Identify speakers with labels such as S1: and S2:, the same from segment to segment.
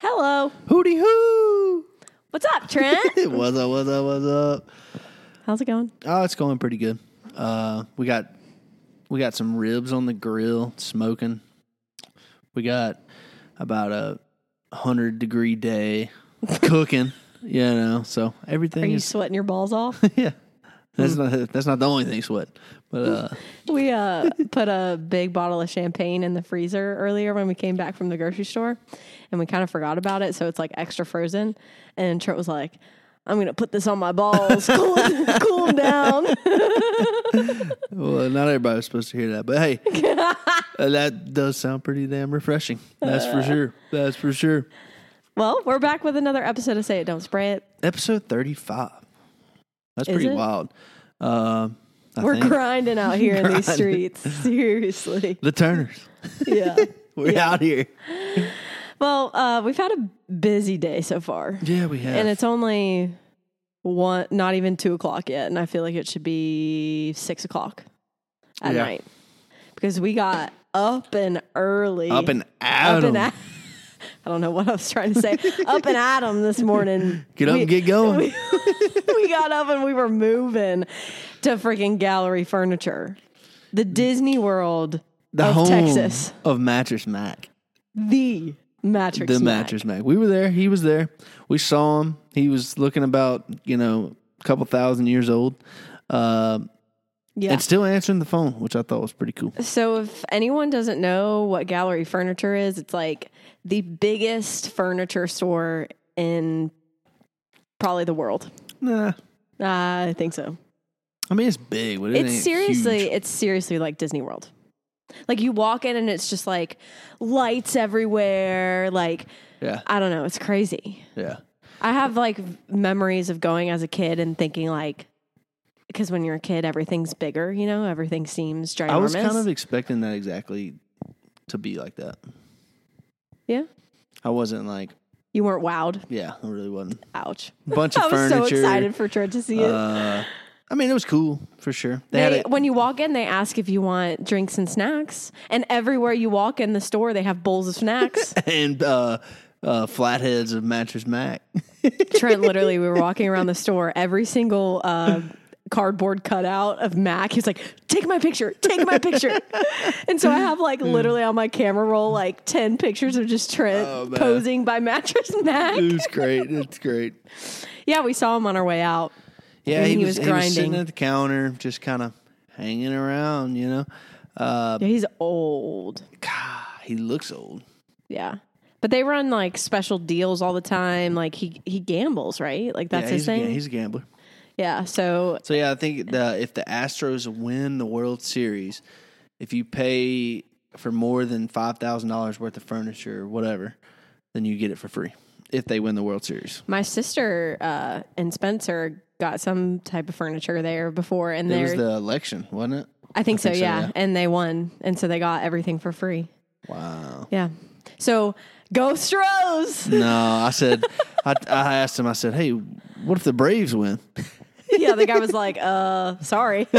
S1: Hello.
S2: Hooty hoo!
S1: What's up, Trent?
S2: what's up? What's up? What's up?
S1: How's it going?
S2: Oh, it's going pretty good. Uh, we got we got some ribs on the grill smoking. We got about a hundred degree day cooking. You know, so
S1: Are
S2: everything
S1: you
S2: is
S1: sweating your balls off?
S2: yeah. That's not that's not the only thing sweat, but uh,
S1: we uh, put a big bottle of champagne in the freezer earlier when we came back from the grocery store and we kind of forgot about it. So it's like extra frozen. And Trent was like, I'm going to put this on my balls, cool, cool 'em down.
S2: well, not everybody was supposed to hear that. But hey, uh, that does sound pretty damn refreshing. That's for sure. That's for sure.
S1: well, we're back with another episode of Say It, Don't Spray It.
S2: Episode thirty five. That's
S1: Is
S2: pretty
S1: it?
S2: wild. Um, I
S1: We're
S2: think.
S1: grinding out here in these
S2: Grinding.
S1: streets. Seriously.
S2: The Turners.
S1: Yeah.
S2: We're out here.
S1: well, uh, we've had a busy day so far.
S2: Yeah, we have.
S1: and it's only one not even two o'clock yet and i feel like it should be six o'clock at
S2: Yeah.
S1: night because we got up and early
S2: up and
S1: up
S2: out.
S1: and a- i don't know what i was trying to say up and at 'em this morning
S2: Get up and get going.
S1: we, we got up and we were moving to freaking gallery furniture the disney world
S2: the
S1: of
S2: home
S1: texas
S2: of Mattress Mac.
S1: the mattress
S2: the
S1: Mac.
S2: Mattress Mac. We were there. He was there. We saw him. He was looking about, you know, a couple thousand years old. Uh,
S1: yeah
S2: And still answering the phone, which I thought was pretty cool.
S1: So, if anyone doesn't know what gallery furniture is, it's like the biggest furniture store in probably the world. Uh,
S2: Nah.
S1: I think so.
S2: I mean, it's big, but it
S1: it's
S2: ain't
S1: seriously,
S2: huge.
S1: it's seriously like Disney World. Like you walk in and it's just like lights everywhere. Like
S2: Yeah.
S1: I don't know, it's crazy.
S2: Yeah.
S1: I have like memories of going as a kid and thinking like, because when you're a kid, everything's bigger. You know, everything seems ginormous.
S2: I was kind of expecting that exactly to be like that.
S1: yeah.
S2: I wasn't like,
S1: You weren't wowed.
S2: yeah, I really wasn't.
S1: Ouch.
S2: Bunch of
S1: I was
S2: furniture.
S1: so excited for Trent to see it.
S2: Uh, I mean, it was cool for sure. They,
S1: they,
S2: had a,
S1: when you walk in, they ask if you want drinks and snacks, and everywhere you walk in the store, they have bowls of snacks.
S2: and uh, uh, flatheads of Mattress Mac.
S1: Trent, literally, we were walking around the store, every single uh, cardboard cutout of Mac. He's like, "Take my picture, take my picture," and so I have like
S2: Mm.
S1: literally on my camera roll like ten pictures of just Trent
S2: Oh, man.
S1: posing by mattress Mac.
S2: It was great. It's great.
S1: Yeah, we saw him on our way out.
S2: Yeah,
S1: And
S2: he,
S1: he
S2: was,
S1: was
S2: he was sitting
S1: grinding.
S2: at the counter, just kind of hanging around. You know, uh,
S1: Yeah, he's old.
S2: God, he looks old.
S1: Yeah. But they run like special deals all the time. Like he he gambles, right? Like that's
S2: yeah,
S1: his
S2: he's, a ga-
S1: thing.
S2: he's a gambler.
S1: yeah. So
S2: So yeah, I think the, if the Astros win the World Series, if you pay for more than five thousand dollars worth of furniture or whatever, then you get it for free if they win the World Series.
S1: my sister uh, and Spencer got some type of furniture there before, and
S2: It was
S1: they're
S2: the election, wasn't it?
S1: I think so,
S2: think so,
S1: yeah.
S2: yeah.
S1: And they won, and so they got everything for free.
S2: Wow.
S1: Yeah. So go Stros.
S2: No, I said, I, I asked him. I said, "Hey, what if the Braves win?"
S1: yeah. The guy was like, "Uh, sorry,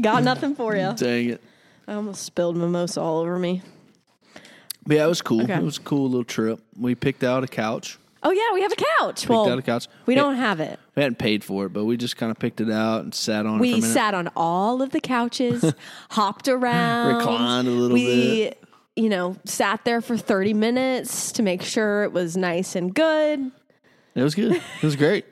S1: got nothing for you."
S2: Dang it.
S1: I almost spilled mimosa all over me.
S2: But yeah, it was cool.
S1: Okay.
S2: It was a cool little trip. We picked out a couch.
S1: Oh yeah, we have a couch.
S2: Picked
S1: well,
S2: out a couch.
S1: we don't have it.
S2: We hadn't paid for it, but we just kind of picked it out and sat on it for
S1: We
S2: a minute.
S1: sat on all of the couches, hopped around,
S2: Reclined a little
S1: we, bit. You know, sat there for 30 minutes to make sure it was nice and good.
S2: It was good. It was great.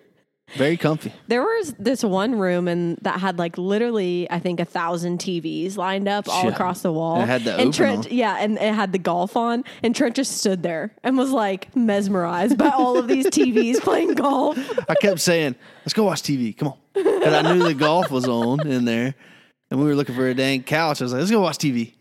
S2: Very comfy.
S1: There was this one room and that had like literally, I think, a thousand TVs lined up all
S2: Yeah.
S1: across the wall.
S2: It had the
S1: and
S2: open
S1: Trent,
S2: on.
S1: yeah, and it had the golf on. And Trent just stood there and was like mesmerized by all of these TVs playing golf.
S2: I kept saying, "Let's go watch TV. Come on," and I knew the golf was on in there, and we were looking for a dang couch. I was like, "Let's go watch TV."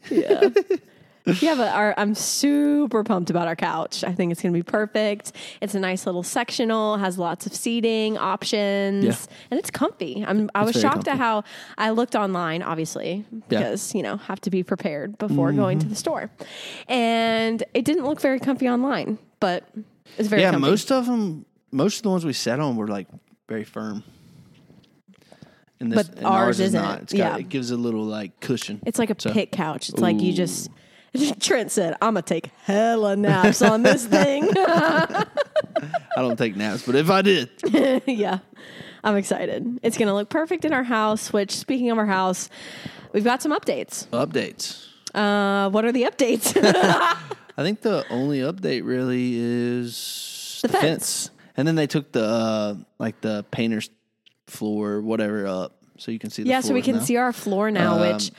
S1: Yeah, but our, I'm super pumped about our couch. I think it's going to be perfect. It's a nice little sectional, has lots of seating options,
S2: Yeah.
S1: and it's comfy. I'm, I was
S2: very
S1: shocked at
S2: comfy.
S1: how I looked online, obviously, because, you know, have to be prepared before going to
S2: Mm-hmm.
S1: the store. And it didn't look very comfy online, but it's very
S2: yeah,
S1: comfy.
S2: most of them, most of the ones we sat on were like very firm. And this,
S1: But
S2: and
S1: ours
S2: ours, is
S1: isn't.
S2: not. It's got,
S1: Yeah.
S2: It gives a little like cushion.
S1: it's like a
S2: So-
S1: pit couch. It's like you just Trent said, I'm going to take hella naps on this thing.
S2: I don't take naps, but if I did,
S1: yeah, I'm excited. It's going to look perfect in our house, which, speaking of our house, we've got some updates.
S2: updates.
S1: Uh, what are the updates?
S2: I think the only update really is
S1: The fence.
S2: And then they took the uh, like the painter's floor, or whatever, up so you can see. The
S1: yeah, so we
S2: floors
S1: can
S2: now. Um,
S1: see our floor now, which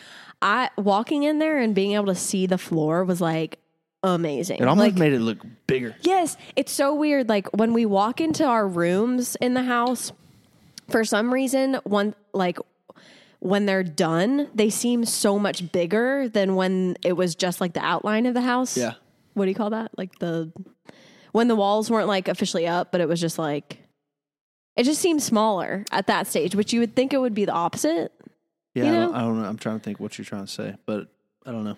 S1: I walking in there and being able to see the floor was like amazing.
S2: It almost
S1: like,
S2: made it look bigger.
S1: Yes, it's so weird. Like when we walk into our rooms in the house, for some reason, one like when they're done, they seem so much bigger than when it was just like the outline of the house.
S2: Yeah.
S1: What do you call that? Like the when the walls weren't like officially up, but it was just like it just seemed smaller at that stage, which you would think it would be the opposite.
S2: Yeah,
S1: You
S2: I, don't,
S1: know?
S2: I don't know. I'm trying to think what you're trying to say, but I don't know.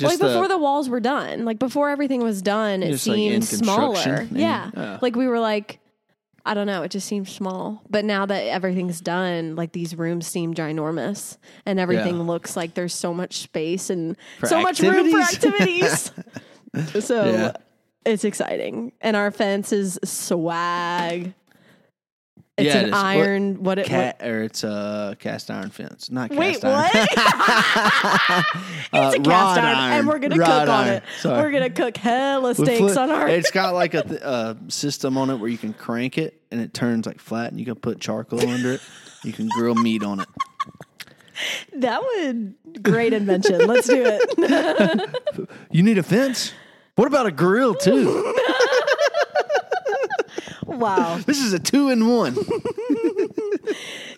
S1: like before the walls were done, like before everything was done, it
S2: uh, Just, like, in
S1: seemed smaller.
S2: construction Ah. and-
S1: yeah.
S2: yeah.
S1: Like we were like, I don't know, it just seemed small. But now that everything's done, like these rooms seem ginormous and everything
S2: Yeah.
S1: looks like there's so much space and
S2: For
S1: so much room for
S2: activities.
S1: activities. so
S2: Yeah.
S1: it's exciting. And our fence is swag. It's
S2: Yeah, it
S1: an
S2: is. What-
S1: iron, what, it
S2: cat or it's a cast iron fence, not
S1: what, Wait,
S2: cast iron.
S1: what? it's a cast
S2: Uh, rod
S1: iron,
S2: iron.
S1: and we're gonna
S2: Rod
S1: cook on
S2: iron.
S1: it.
S2: Sorry.
S1: We're gonna cook hella
S2: With
S1: steaks
S2: foot-
S1: on our.
S2: It's got like a th- uh, system on it where you can crank it and it turns like flat, and you can put charcoal under it. You can grill meat on it.
S1: that would great invention. Let's do it.
S2: You need a fence. What about a grill too?
S1: Wow.
S2: this is a two in one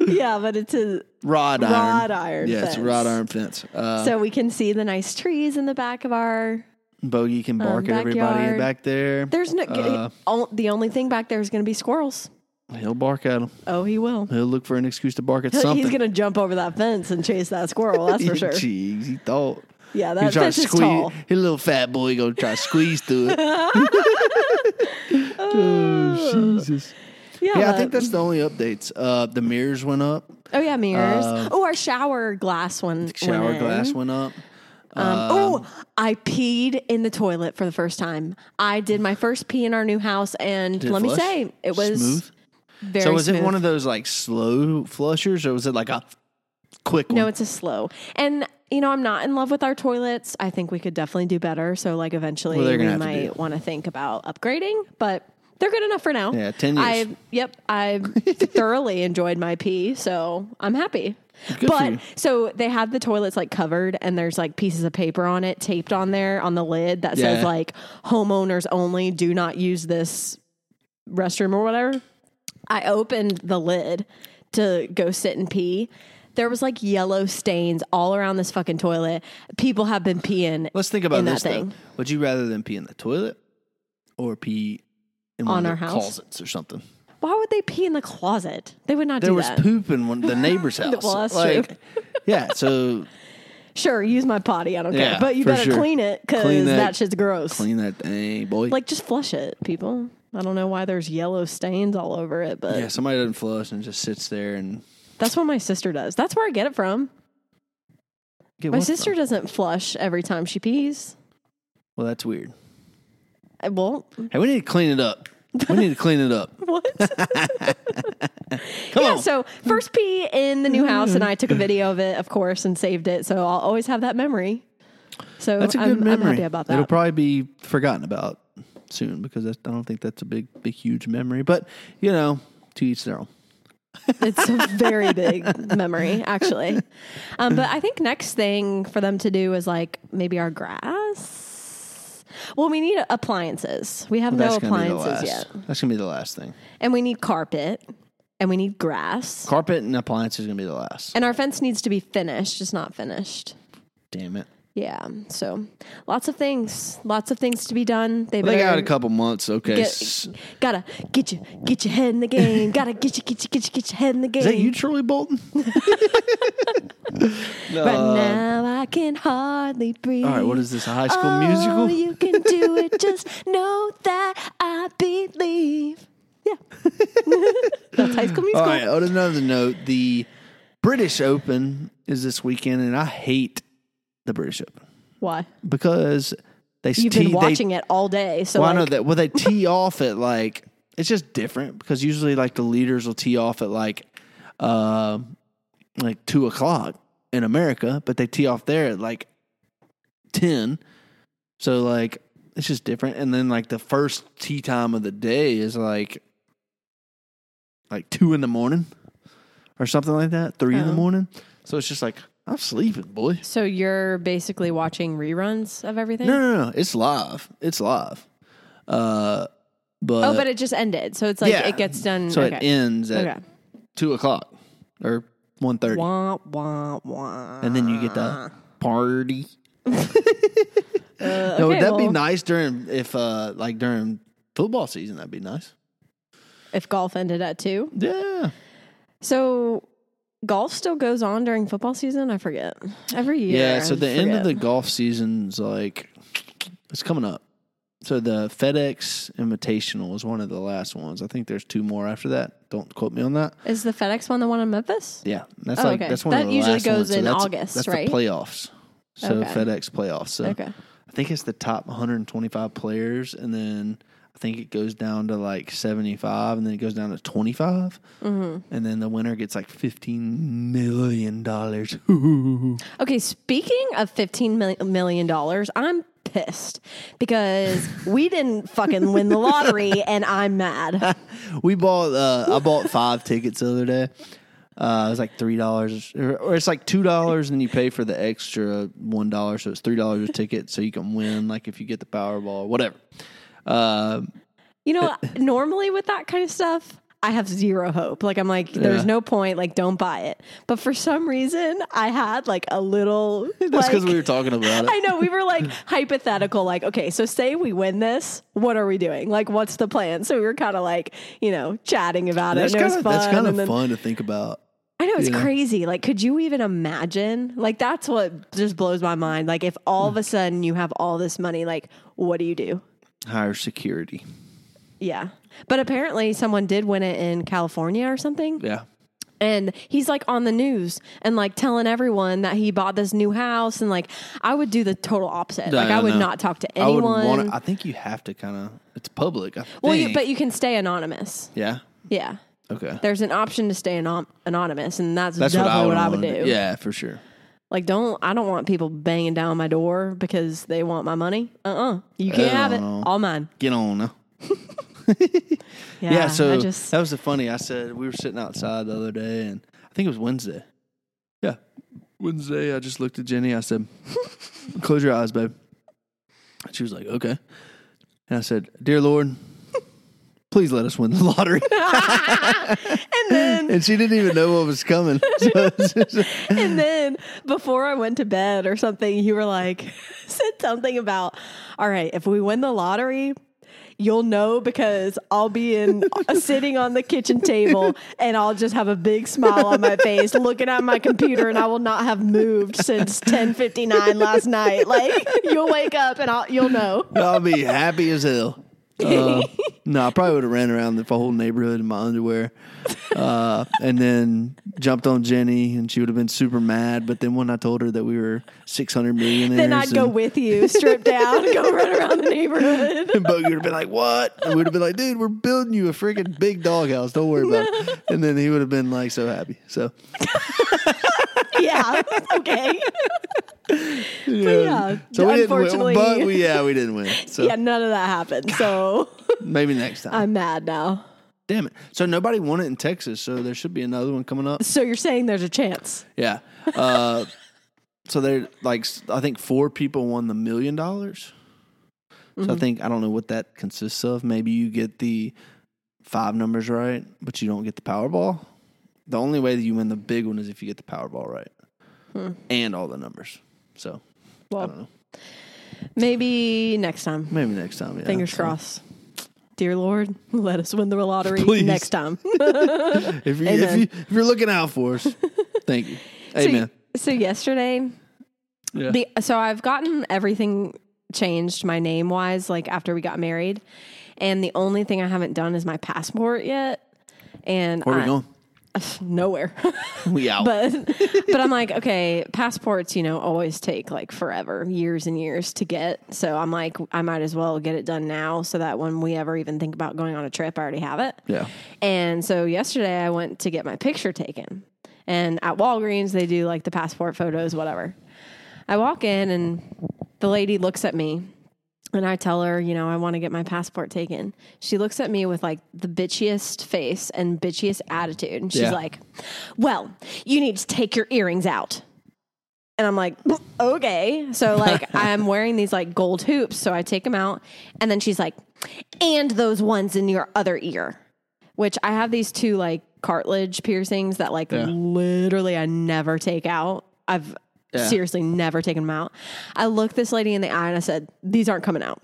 S1: Yeah, but it's a
S2: rod iron.
S1: Rod iron
S2: Yeah, it's a
S1: fence.
S2: rod iron fence. Uh,
S1: so we can see the nice trees in the back of our.
S2: Bogey can bark at everybody
S1: backyard.
S2: back there.
S1: There's no.
S2: Uh,
S1: o- the only thing back there is gonna be squirrels.
S2: He'll bark at them.
S1: Oh, he will.
S2: He'll look for an excuse to bark at
S1: He'll-
S2: something.
S1: He's gonna jump over that fence and chase that squirrel. That's for sure.
S2: Jeez, he thought.
S1: Yeah,
S2: He
S1: that
S2: trying
S1: fence
S2: to
S1: is tall.
S2: squeeze. His little fat boy gonna try to squeeze through it. oh, Jesus.
S1: Yeah,
S2: Yeah, I
S1: but-
S2: think that's the only updates. Uh, the mirrors went up.
S1: Oh yeah, mirrors. oh, our shower glass one.
S2: Uh, Shower
S1: went in.
S2: glass went up.
S1: Um, oh, I peed in the toilet for the first time. I did my first pee in our new house, and
S2: Did it
S1: let me
S2: flush?
S1: say, it was
S2: smooth.
S1: very
S2: So was
S1: smooth.
S2: it one of those like slow flushers, or was it like a quick one?
S1: no, it's a slow. And you know, I'm not in love with our toilets. I think we could definitely do better. So like eventually,
S2: Well, they're gonna
S1: we
S2: have to do
S1: might want to think about upgrading, but they're good enough for now.
S2: Yeah, 10 years.
S1: I, yep, I thoroughly enjoyed my pee, so I'm happy.
S2: for you.
S1: but so they have the toilets like covered, and there's like pieces of paper on it taped on there on the lid that
S2: Yeah.
S1: says like homeowners only do not use this restroom or whatever. I opened the lid to go sit and pee. There was like yellow stains all around this fucking toilet. People have been peeing
S2: Let's think about
S1: in that
S2: this
S1: thing.
S2: thing. Though. Would you rather than pee in the toilet or pee in one
S1: On
S2: of
S1: our
S2: the
S1: house?
S2: closets or something?
S1: Why would they pee in the closet? They would not
S2: There
S1: do
S2: was
S1: that.
S2: poop in one the neighbor's house.
S1: Well, that's true.
S2: Yeah, so
S1: Sure, use my potty. I don't
S2: Yeah,
S1: care. But you
S2: for
S1: better
S2: sure.
S1: clean it because
S2: Clean
S1: that,
S2: that-
S1: shit's gross.
S2: clean that thing, boy.
S1: Like, just flush it, people. I don't know why there's yellow stains all over it, but
S2: yeah, somebody doesn't flush and just sits there and
S1: that's what my sister does. That's where I get it from.
S2: get
S1: My
S2: what
S1: sister
S2: from?
S1: doesn't flush every time she pees.
S2: Well, that's weird.
S1: Mm-hmm. I won't.
S2: Hey, we need to clean it up. We need to clean it up.
S1: What?
S2: Come
S1: yeah,
S2: on. Mm-hmm.
S1: so first pee in the new house, and I took a video of it, of course, and saved it. So I'll always have that memory. So
S2: that's a good
S1: I'm,
S2: memory.
S1: I'm happy about
S2: It'll
S1: that.
S2: probably be forgotten about soon because that's, I don't think that's a big, big, huge memory. But you know, to each their own.
S1: it's a very big memory, actually. Um, but I think next thing for them to do is like maybe our grass. Well, we need appliances. We have no
S2: that's gonna be the
S1: appliances
S2: last.
S1: yet,
S2: That's gonna be the last thing.
S1: and we need carpet, and we need grass,
S2: Carpet and appliances is gonna be the last.
S1: and our fence needs to be finished. It's not finished.
S2: Damn it.
S1: Yeah. So lots of things, lots of things to be done. They,
S2: They
S1: better
S2: got a couple months. Okay.
S1: get-
S2: S-
S1: gotta get you, get your head in the game. gotta get you, get you, get you, get your head in the game.
S2: Is that you, Troy Bolton? Uh,
S1: Right now I can hardly breathe.
S2: All right, what is this? A high school
S1: oh,
S2: musical?
S1: you can do it. Just know that I believe. Yeah. That's high school musical.
S2: All right. On another note, the British Open is this weekend, and I hate the British Open.
S1: Why?
S2: because they
S1: You've
S2: tee,
S1: been
S2: they,
S1: watching it all day, so
S2: well,
S1: like,
S2: I know that. Well, they tee off at like it's just different because usually like the leaders will tee off at like uh, like two o'clock in America, but they tee off there at like ten. So like it's just different. And then like the first tea time of the day is like like two in the morning or something like that, three in the
S1: Oh.
S2: morning. So it's just like I'm sleeping, boy.
S1: so you're basically watching reruns of everything.
S2: No, no, no. It's live. It's live. Uh, but
S1: oh, but it just ended, so it's like
S2: Yeah.
S1: it gets done.
S2: so
S1: okay.
S2: it ends at
S1: okay.
S2: two o'clock or one thirty,
S1: Wah wah wah.
S2: and then you get the party.
S1: Uh,
S2: no,
S1: okay,
S2: that'd be
S1: well,
S2: nice during if uh like during football season. That'd be nice.
S1: If golf ended at two,
S2: Yeah,
S1: so golf still goes on during football season. I forget every year.
S2: yeah. So
S1: I
S2: the end of the
S1: forget.
S2: golf season's like it's coming up. So the FedEx Invitational is one of the last ones. I think there's two more after that. Don't quote me on that.
S1: is the FedEx one the one in Memphis?
S2: Yeah, that's
S1: Oh,
S2: like
S1: okay.
S2: that's one of
S1: That
S2: the
S1: usually
S2: last
S1: goes
S2: ones. So
S1: in
S2: that's-
S1: August,
S2: that's
S1: right?
S2: The playoffs. So
S1: Okay.
S2: FedEx playoffs. So
S1: Okay.
S2: I think it's the top 125 players, and then I think it goes down to like 75, and then it goes down to 25,
S1: Mm-hmm.
S2: and then the winner gets like 15 million dollars.
S1: Okay, speaking of fifteen mil- million dollars, I'm pissed because we didn't fucking win the lottery, and I'm mad.
S2: we bought. Uh, I bought five tickets the other day. Uh, it was like three dollars, or or it's like two dollars, and you pay for the extra one dollar, so it's three dollars a ticket, so you can win. Like if you get the Powerball, or whatever. Um,
S1: You know, normally with that kind of stuff, I have zero hope. Like I'm like, there's
S2: Yeah.
S1: no point. Like, don't buy it. But for some reason, I had like a little.
S2: That's because
S1: like-
S2: we were talking about it.
S1: I know we were like hypothetical, like okay, so say we win this, what are we doing? Like, what's the plan? So we were kind of like, you know, chatting about
S2: That's
S1: it. And it
S2: kind
S1: was
S2: of
S1: fun.
S2: that's kind of
S1: and then-
S2: fun to think about.
S1: I know it's
S2: Yeah.
S1: crazy. Like, could you even imagine? Like, that's what just blows my mind. Like, if all of a sudden you have all this money, like, what do you do?
S2: Higher security.
S1: Yeah. But apparently, someone did win it in California or something.
S2: Yeah.
S1: And he's like on the news and like telling everyone that he bought this new house. And like, I would do the total opposite. like, I would
S2: know.
S1: not talk to
S2: I would
S1: anyone.
S2: want. I think you have to kind of. It's public. I
S1: well, you,
S2: think.
S1: but you can stay anonymous.
S2: yeah.
S1: Yeah.
S2: Okay.
S1: There's an option to stay anon- anonymous. And that's,
S2: That's what I
S1: definitely
S2: would,
S1: what I would,
S2: wanna
S1: do.
S2: Yeah, for sure.
S1: Like, don't I don't want people banging down my door because they want my money. Uh uh you can't have it.
S2: Hell no.
S1: All mine.
S2: Get on now.
S1: Yeah.
S2: Yeah. so
S1: Ah, I just
S2: that was the funny. I said we were sitting outside the other day, and I think it was Wednesday. Yeah, Wednesday. I just looked at Jenny. I said, "Close your eyes, babe." And she was like, "Okay." And I said, "Dear Lord, please let us win the lottery."
S1: and then
S2: and she didn't even know what was coming. So it's just-
S1: and then before I went to bed or something, you were like said something about all right, if we win the lottery. You'll know because I'll be in uh, sitting on the kitchen table and I'll just have a big smile on my face looking at my computer and I will not have moved since 10:59 last night. Like you'll wake up and I'll you'll know.
S2: I'll be happy as hell. Uh, no, I probably would have ran around the whole neighborhood in my underwear, uh, and then jumped on Jenny, and she would have been super mad. But then when I told her that we were six hundred millionaires,
S1: Then I'd go
S2: and-
S1: with you, strip down, go run around the neighborhood.
S2: and Bo, you'd have been like, "What?" And we'd have been like, "Dude, we're building you a freaking big doghouse. Don't worry about it." And then he would have been like, so happy. So
S1: Yeah, okay. yeah,
S2: so we didn't
S1: unfortunately-
S2: win, but we yeah we didn't win. So
S1: Yeah, none of that happened. So
S2: maybe next time.
S1: I'm mad now.
S2: Damn it! So nobody won it in Texas. So there should be another one coming up.
S1: So you're saying there's a chance?
S2: Yeah. Uh, so they're like, s- I think four people won the million dollars. So
S1: Mm-hmm.
S2: I think I don't know what that consists of. Maybe you get the five numbers right, but you don't get the Powerball. The only way that you win the big one is if you get the Powerball right and all the numbers. So I don't
S1: Hmm. Well,
S2: know.
S1: maybe next time.
S2: Maybe next time. Yeah.
S1: Fingers
S2: So
S1: crossed. Dear Lord, let us win the lottery
S2: Please.
S1: next time.
S2: If you if
S1: Amen.
S2: you if you're looking out for us, thank you. Amen.
S1: So, so yesterday,
S2: yeah.
S1: the so I've gotten everything changed my name wise like after we got married, and the only thing I haven't done is my passport yet. And
S2: Where are
S1: I-
S2: we going?
S1: nowhere.
S2: We out.
S1: but but I'm like, okay, passports, you know, always take like forever, years and years to get. So I'm like, I might as well get it done now so that when we ever even think about going on a trip, I already have it.
S2: yeah.
S1: And so yesterday I went to get my picture taken. And at Walgreens, they do like the passport photos, whatever. I walk in and the lady looks at me and I tell her, you know, I want to get my passport taken. She looks at me with like the bitchiest face and bitchiest attitude. And she's
S2: Yeah.
S1: like, well, you need to take your earrings out. And I'm like, okay. So like I'm wearing these like gold hoops. So I take them out. And then she's like, and those ones in your other ear which I have these two like cartilage piercings that like
S2: Yeah.
S1: literally I never take out. I've
S2: Yeah.
S1: seriously never taken them out. I looked this lady in the eye and I said, "These aren't coming out.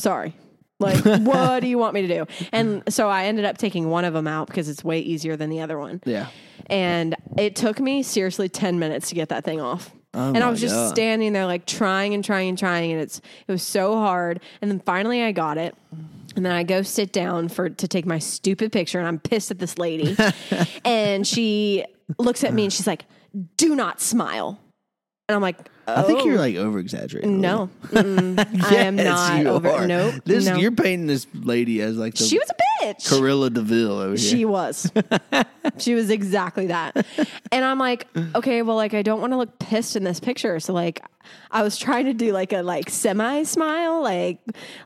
S1: Sorry." Like, what do you want me to do? And so I ended up taking one of them out because it's way easier than the other one.
S2: Yeah.
S1: And it took me seriously 10 minutes to get that thing off. and I
S2: Oh my
S1: was just
S2: God.
S1: standing there like trying and trying and trying and it's it was so hard and then finally I got it. And then I go sit down for to take my stupid picture and I'm pissed at this lady. and she looks at me and she's like, "Do not smile." And I'm like,
S2: I think
S1: "Oh,
S2: you're like over exaggerating.
S1: no. Mm-mm. I am not over
S2: Are.
S1: nope.
S2: This
S1: no.
S2: you're painting this lady as like the
S1: she was a bitch.
S2: Corilla Deville over
S1: She
S2: here.
S1: was. she was exactly that. And I'm like, okay, well, like I don't want to look pissed in this picture. So like I was trying to do like a like semi smile, like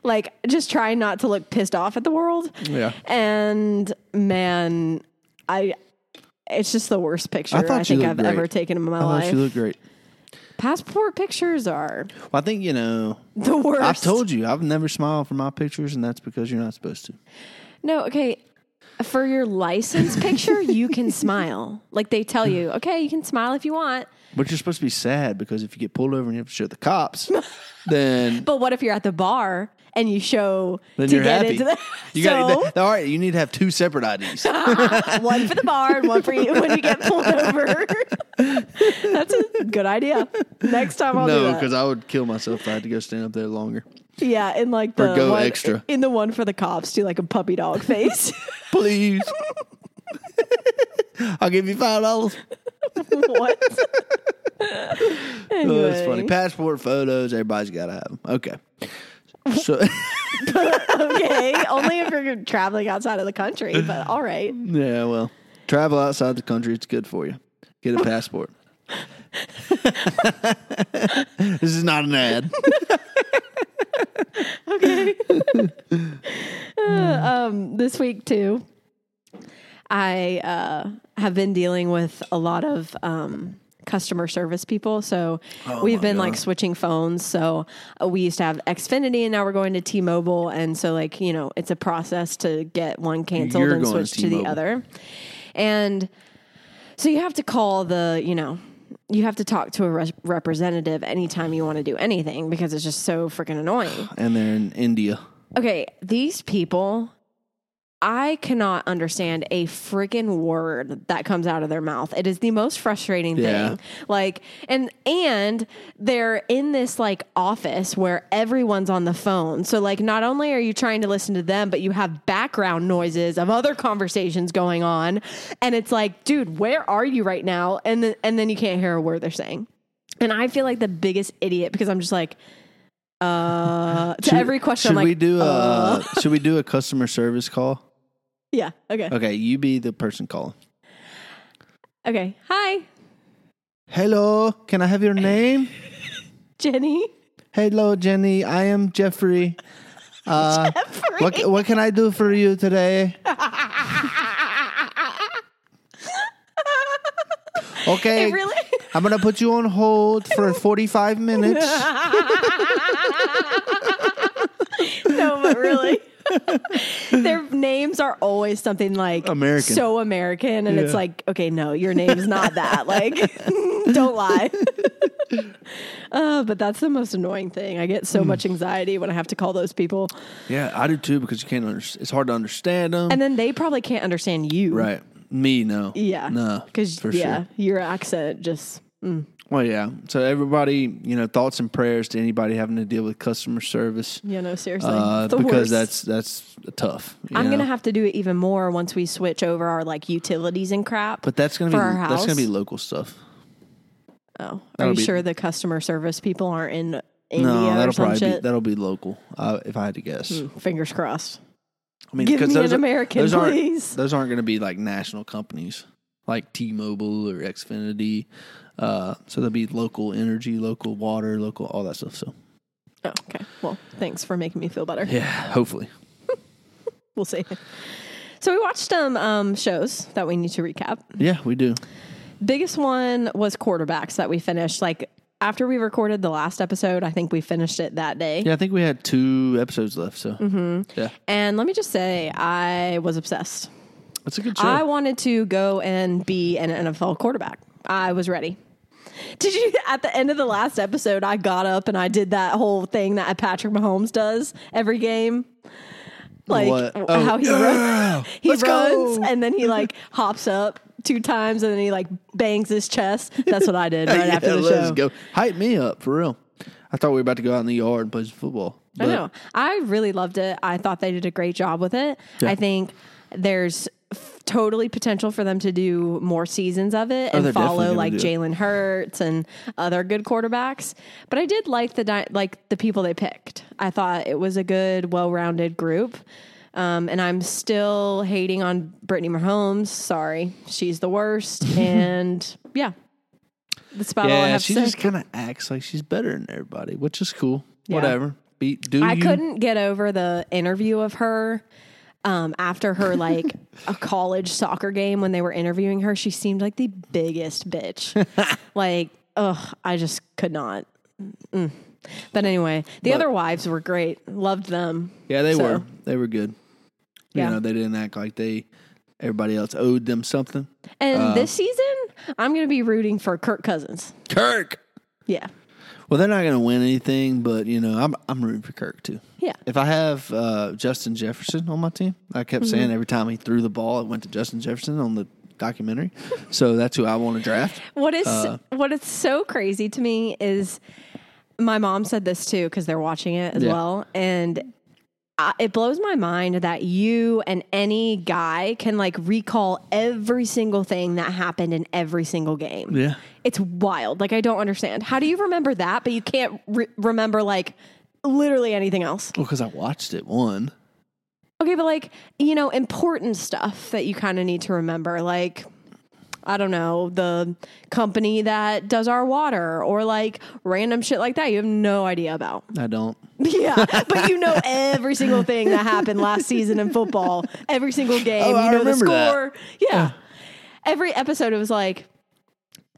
S1: like just trying not to look pissed off at the world.
S2: Yeah.
S1: And man, I it's just the worst picture I,
S2: thought she
S1: think
S2: looked
S1: I've
S2: great.
S1: ever taken in my
S2: Oh,
S1: life.
S2: she looked great.
S1: Passport pictures are
S2: Well, I think you know.
S1: the worst.
S2: I've told you I've never smiled for my pictures, and that's because you're not supposed to.
S1: No, okay. For your license picture, you can smile. Like they tell you, okay, you can smile if you want.
S2: But you're supposed to be sad because if you get pulled over and you have to show the cops, then
S1: But what if you're at the bar and you show
S2: then
S1: to
S2: you're
S1: get
S2: happy.
S1: into the
S2: you
S1: so,
S2: got all right. You need to have two separate IDs.
S1: uh, one for the bar and one for you when you get pulled over. That's a good idea. Next time I'll
S2: no,
S1: do
S2: because
S1: that.
S2: I would kill myself if I had to go stand up there longer.
S1: Yeah, in like the
S2: go
S1: one,
S2: extra.
S1: in the one for the cops, do like a puppy dog face.
S2: Please, I'll give you five dollars.
S1: what?
S2: Oh, that's funny.
S1: Anyway.
S2: Passport photos, everybody's got to have them. Okay. So
S1: Okay, only if you're traveling outside of the country, but all right.
S2: yeah, well, travel outside the country. It's good for you. Get a passport. this is not an ad.
S1: um, this week too, I uh, have been dealing with a lot of um, customer service people. So
S2: Oh
S1: we've been like switching phones. So uh, we used to have Xfinity, and now we're going to T-Mobile. And so like you know, it's a process to get one canceled
S2: You're
S1: and
S2: going to
S1: switch to the
S2: T-Mobile.
S1: other. And so you have to call the, you know, you have to talk to a res- representative anytime you want to do anything because it's just so freaking annoying.
S2: And they're in India.
S1: Okay, these people, I cannot understand a freaking word that comes out of their mouth. It is the most frustrating
S2: Yeah.
S1: thing. Like, and and they're in this like office where everyone's on the phone. So like, not only are you trying to listen to them, but you have background noises of other conversations going on, and it's like, dude, where are you right now? And then and then you can't hear a word they're saying. And I feel like the biggest idiot because I'm just like. Uh, to every question,
S2: Should
S1: I'm like, "Uh."
S2: we do a Should we do a customer service call?
S1: Yeah. Okay. Okay.
S2: Okay, you be the person calling.
S1: Hi,
S2: Hello, can I have your name?
S1: Jenny.
S2: Hello, Jenny. I am Jeffrey. Uh, What What can I do for you today? Okay,
S1: It really.
S2: I'm gonna put you on hold for 45 minutes.
S1: no, but really. Their names are always something like
S2: American.
S1: so American, and it's
S2: Yeah.
S1: like, okay, no, your name's not that. Like, don't lie. uh, but that's the most annoying thing. I get
S2: Hmm.
S1: so much anxiety when I have to call those people,
S2: Yeah, I do too because you can't. Under- it's hard to understand them.
S1: and then they probably can't understand you,
S2: right. Me no.
S1: Yeah,
S2: No.
S1: because
S2: for
S1: yeah,
S2: sure.
S1: your accent just
S2: Well, yeah. So everybody, you know, thoughts and prayers to anybody having to deal with customer service
S1: Yeah, no, seriously.
S2: uh,
S1: It's the worst.
S2: because that's that's tough. you
S1: I'm
S2: know?
S1: gonna have to do it even more once we switch over our like utilities and crap.
S2: But that's gonna
S1: for
S2: be
S1: our
S2: that's gonna
S1: house.
S2: be local stuff.
S1: oh, are
S2: that'll
S1: you
S2: be-
S1: sure the customer service people aren't in India
S2: no,
S1: or
S2: that'll
S1: some
S2: probably
S1: shit?
S2: be that'll be local. Uh, if I had to guess,
S1: Fingers crossed.
S2: I mean,
S1: Give
S2: because
S1: me
S2: those
S1: an
S2: are-
S1: American,
S2: those aren't-
S1: please.
S2: those aren't going to be like national companies like T-Mobile or Xfinity. Uh, so they'll be local energy, local water, local all that stuff. So
S1: Oh, okay. Well, thanks for making me feel better.
S2: yeah, hopefully.
S1: We'll see. So we watched some um, shows that we need to recap.
S2: Yeah, we do.
S1: Biggest one was quarterbacks that we finished. Like after we recorded the last episode, I think we finished it that day.
S2: Yeah, I think we had two episodes left. So
S1: Mm-hmm.
S2: yeah,
S1: And let me just say, I was obsessed.
S2: it's a good show.
S1: I wanted to go and be an NFL quarterback. I was ready. Did you at the end of the last episode? I got up and I did that whole thing that Patrick Mahomes does every game, like
S2: What?
S1: w-
S2: Oh,
S1: how he runs. he
S2: Let's
S1: runs
S2: go!
S1: and then he like hops up two times and then he like bangs his chest. That's what I did right
S2: Yeah,
S1: after the
S2: let's
S1: show.
S2: go. Hype me up for real. I thought we were about to go out in the yard and play some football.
S1: I
S2: but-
S1: know. I really loved it. I thought they did a great job with it.
S2: Yeah.
S1: I think there's f- totally potential for them to do more seasons of it and
S2: Oh, they're definitely
S1: follow
S2: gonna
S1: like
S2: do it.
S1: Jalen Hurts and other good quarterbacks. But I did like the di- like the people they picked. I thought it was a good, well-rounded group. Um, and I'm still hating on Brittany Mahomes. Sorry, she's the worst. and yeah, that's about all I
S2: Yeah,
S1: have
S2: she
S1: to say.
S2: just kind of acts like she's better than everybody, which is cool.
S1: Yeah.
S2: Whatever. Be, do
S1: I
S2: you?
S1: couldn't get over the interview of her um, after her like a college soccer game when they were interviewing her. She seemed like the biggest bitch. like, ugh, I just could not. Mm. But anyway, the other wives were great. Loved them.
S2: Yeah, they
S1: So-
S2: were. They were good.
S1: Yeah.
S2: You know, they didn't act like they everybody else owed them something.
S1: And this season, I'm going to be rooting for Kirk Cousins.
S2: Kirk.
S1: Yeah.
S2: Well, they're not going to win anything, but you know, I'm I'm rooting for Kirk too.
S1: Yeah.
S2: If I have uh, Justin Jefferson on my team, I
S1: Mm-hmm.
S2: kept saying every time he threw the ball, it went to Justin Jefferson on the documentary. so that's who I want to draft.
S1: What is
S2: Uh.
S1: what is so crazy to me is my mom said this too because they're watching it as
S2: Yeah.
S1: well, and I, it blows my mind that you and any guy can like recall every single thing that happened in every single game.
S2: Yeah.
S1: it's wild. Like I don't understand. How do you remember that, but you can't re- remember like literally anything else?
S2: Well, because I watched it one.
S1: Okay, but like, you know, important stuff that you kind of need to remember, like I don't know, the company that does our water or like random shit like that you have no idea about.
S2: I don't.
S1: Yeah, but you know every single thing that happened last season in football, every single game,
S2: Oh,
S1: you
S2: I
S1: know the
S2: remember that.
S1: score. Yeah. Every episode it was like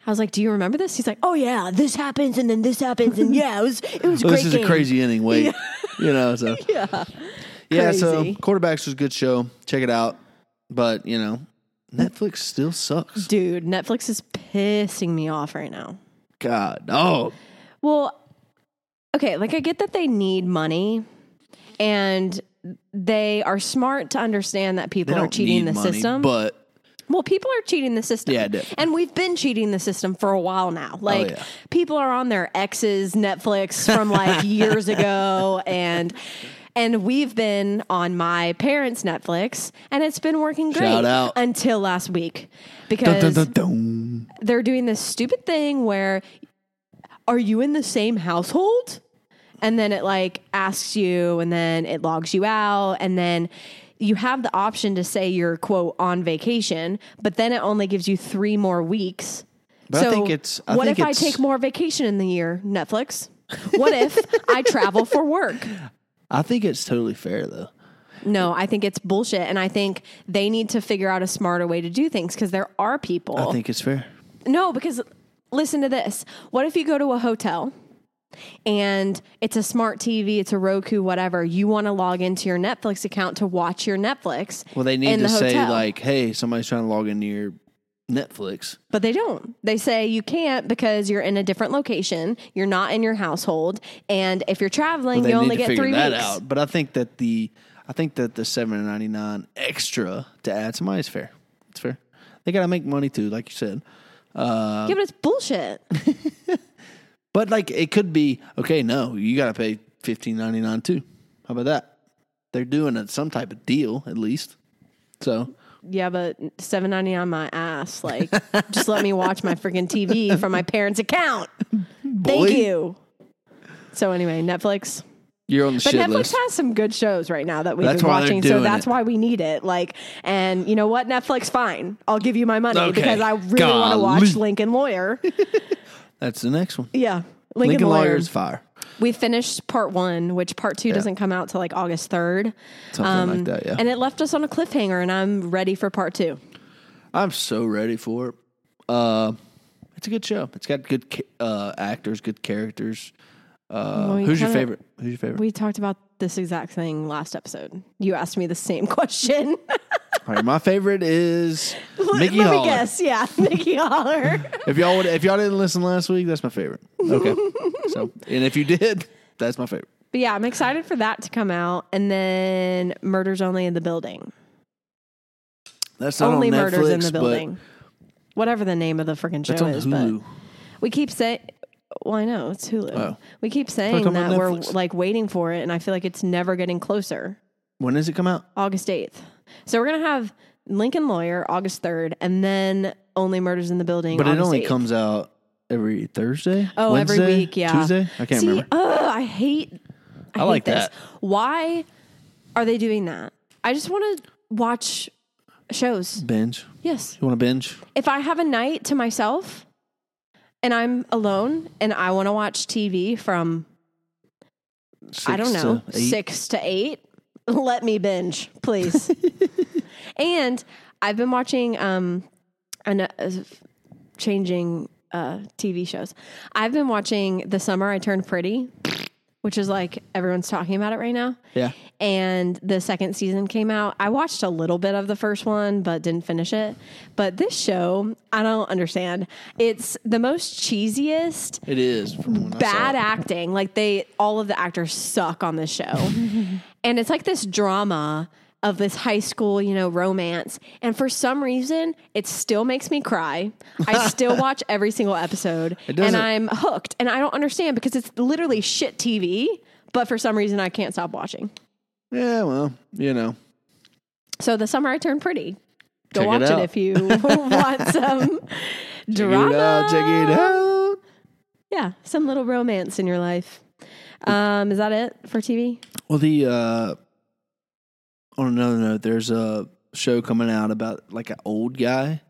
S1: I was like, "Do you remember this?" He's like, "Oh yeah, this happens and then this happens and yeah, it was it was a
S2: Well,
S1: great
S2: Oh, this is
S1: game."
S2: a crazy inning. Wait, you know. So yeah, yeah. So
S1: Crazy.
S2: quarterbacks was a good show. Check it out. But you know, Netflix still sucks.
S1: Dude, Netflix is pissing me off right now.
S2: God, oh,
S1: Well, okay, like I get that they need money and they are smart to understand that
S2: they
S1: people are
S2: don't
S1: cheating
S2: need
S1: the
S2: money,
S1: system.
S2: But
S1: well, people are cheating the system.
S2: Yeah, definitely. Oh,
S1: And we've been cheating the system for a while now. Like
S2: yeah.
S1: people are on their exes Netflix from like years ago and and we've been on my parents' Netflix and it's been working great
S2: Shout out.
S1: until last week because
S2: dun, dun, dun, dun.
S1: they're doing this stupid thing where are you in the same household? And then it like asks you and then it logs you out and then you have the option to say you're quote on vacation, but then it only gives you 3 more weeks.
S2: But I think it's- I
S1: what
S2: think
S1: if
S2: it's-
S1: I take more vacation in the year, Netflix? What if I travel for work?
S2: I think it's totally fair though.
S1: No, I think it's bullshit and I think they need to figure out a smarter way to do things because there are people.
S2: I think it's fair.
S1: No, because listen to this. What if you go to a hotel and it's a smart TV, it's a Roku, whatever. You want to log into your Netflix account to watch your Netflix.
S2: Well, they need
S1: in
S2: to
S1: the
S2: say
S1: hotel.
S2: like, hey, somebody's trying to log into your Netflix.
S1: but they don't. They say you can't because you're in a different location, you're not in your household, and if you're traveling,
S2: They
S1: you
S2: need
S1: only
S2: to
S1: get
S2: figure
S1: three
S2: that
S1: weeks.
S2: out. But I think that the I think that the seven ninety nine extra to add somebody is fair. It's fair. They got to make money too, like you said.
S1: yeah, but it's bullshit.
S2: But like it could be okay. No, you got to pay fifteen ninety nine too. How about that? They're doing it some type of deal at least. So
S1: yeah, but seven ninety nine my ass. Like, just let me watch my freaking TV from my parents' account.
S2: boy,
S1: Thank you. So anyway, Netflix.
S2: You're on the
S1: But
S2: shit
S1: Netflix
S2: list.
S1: has some good shows right now that we've
S2: That's
S1: been
S2: why they're
S1: watching, so
S2: doing
S1: that's
S2: it.
S1: why we need it. Like, and you know what, Netflix, fine, I'll give you my money
S2: Okay.
S1: because I really want to
S2: Golly.
S1: watch Lincoln Lawyer.
S2: That's the next one.
S1: yeah, Lincoln,
S2: Lincoln
S1: Lawyer.
S2: Lawyer's fire.
S1: We finished part one, which part two doesn't come out till like August third, Um,
S2: Something like that. Yeah.
S1: and it left us on a cliffhanger. And I'm ready for part two.
S2: I'm so ready for it. Uh, it's a good show. It's got good ca- uh, actors, good characters. Uh,
S1: Well, we
S2: who's your
S1: kinda-
S2: favorite? Who's your favorite?
S1: We talked about this exact thing last episode. You asked me the same question.
S2: All right, my favorite is Mickey
S1: Let
S2: Holler.
S1: me guess. Yeah, Mickey Holler.
S2: If y'all would, if y'all didn't listen last week, that's my favorite. Okay. so, and if you did, that's my favorite.
S1: But yeah, I'm excited for that to come out. And then Murders Only in the Building.
S2: That's not
S1: only
S2: on Netflix,
S1: Murders in the
S2: but
S1: Building. Whatever the name of the freaking show
S2: It's on
S1: is.
S2: Hulu.
S1: But we keep saying, well, I know it's Hulu.
S2: Oh.
S1: We keep saying
S2: come on
S1: that we're
S2: Netflix.
S1: like waiting for it. And I feel like it's never getting closer.
S2: When does it come out?
S1: August 8th. So we're going to have Lincoln Lawyer August 3rd and then Only Murders in the Building.
S2: But it
S1: August
S2: only
S1: 8th.
S2: comes out every Thursday.
S1: Oh, every
S2: Wednesday?
S1: week, yeah.
S2: Tuesday. I can't
S1: See,
S2: remember.
S1: ugh, I hate. I,
S2: I like
S1: hate this.
S2: that.
S1: Why are they doing that? I just want to watch shows.
S2: Binge.
S1: Yes,
S2: You want to binge?
S1: if I have a night to myself and I'm alone and I want to watch TV from I don't
S2: Six
S1: know
S2: to eight?
S1: six to eight, let me binge, please. and I've been watching um, an, uh, changing uh, TV shows. I've been watching The Summer I Turned Pretty, which is like everyone's talking about it right now.
S2: Yeah.
S1: And the second season came out. I watched a little bit of the first one, but didn't finish it. But this show, I don't understand. It's the most cheesiest
S2: It is. From when I
S1: bad
S2: saw it.
S1: acting. Like they, all of the actors suck on this show, and it's like this drama of this high school, you know, romance. And for some reason, it still makes me cry. I still watch every single episode, and
S2: doesn't-
S1: I'm hooked. And I don't understand because it's literally shit TV. But for some reason, I can't stop watching.
S2: Yeah. Well, you know.
S1: So the summer I turned pretty. Go
S2: Check it
S1: watch it,
S2: out.
S1: if you want some
S2: Check it
S1: drama.
S2: out. Check it out.
S1: Yeah, some little romance in your life. Um, is that it for TV?
S2: Well, the uh, on another note, there's a show coming out about like an old guy,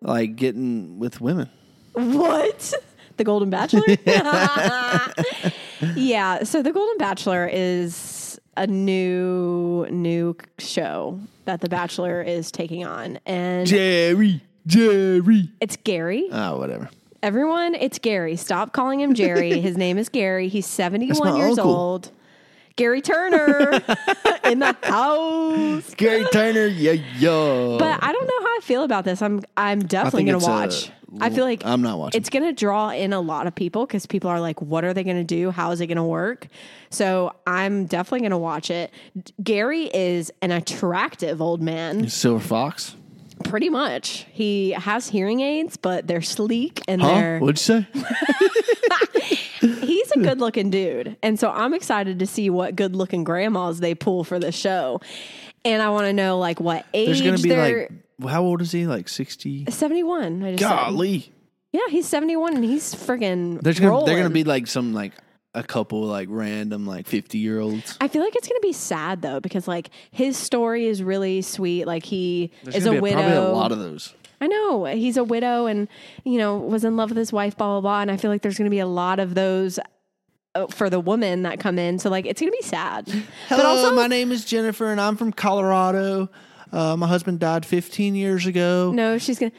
S2: like getting with women.
S1: What? The Golden Bachelor? yeah. So The Golden Bachelor is a new new show that The Bachelor is taking on, and
S2: Jerry, Jerry.
S1: it's Gary.
S2: Ah, whatever.
S1: Everyone, it's Gary. Stop calling him Jerry. His name is Gary. He's
S2: That's
S1: seventy-one
S2: my
S1: years
S2: uncle.
S1: old. Gary Turner in the house.
S2: Gary Turner, yeah, yo.
S1: But I don't know how I feel about this. I'm I'm definitely gonna
S2: it's a
S1: watch. I
S2: l-
S1: feel like
S2: I'm not watching.
S1: It's gonna draw in a lot of people because people are like, "What are they gonna do? How is it gonna work?" So I'm definitely gonna watch it. D- Gary is an attractive old man,
S2: Silver Fox.
S1: pretty much. He has hearing aids, but they're sleek and
S2: Huh?
S1: they're
S2: What'd you say?
S1: he's a good looking dude. And so I'm excited to see what good looking grandmas they pull for the show. And I want to know like what age
S2: There's gonna be
S1: they're.
S2: like, how old is he? Like sixty.
S1: 71. I just said.
S2: Golly.
S1: Yeah, he's 71 and he's friggin'
S2: There's gonna
S1: rolling.
S2: they're gonna be like some like a couple like random like fifty year olds.
S1: I feel like it's gonna be sad though because like his story is really sweet. Like he
S2: There's
S1: is a
S2: gonna be
S1: widow.
S2: Probably a lot of those.
S1: I know he's a widow and you know was in love with his wife. Blah blah blah. And I feel like there's gonna be a lot of those uh, for the women that come in. So like it's gonna be sad.
S2: Hello,
S1: but also
S2: my name is Jennifer, and I'm from Colorado. Uh, my husband died 15 years ago.
S1: no, she's gonna.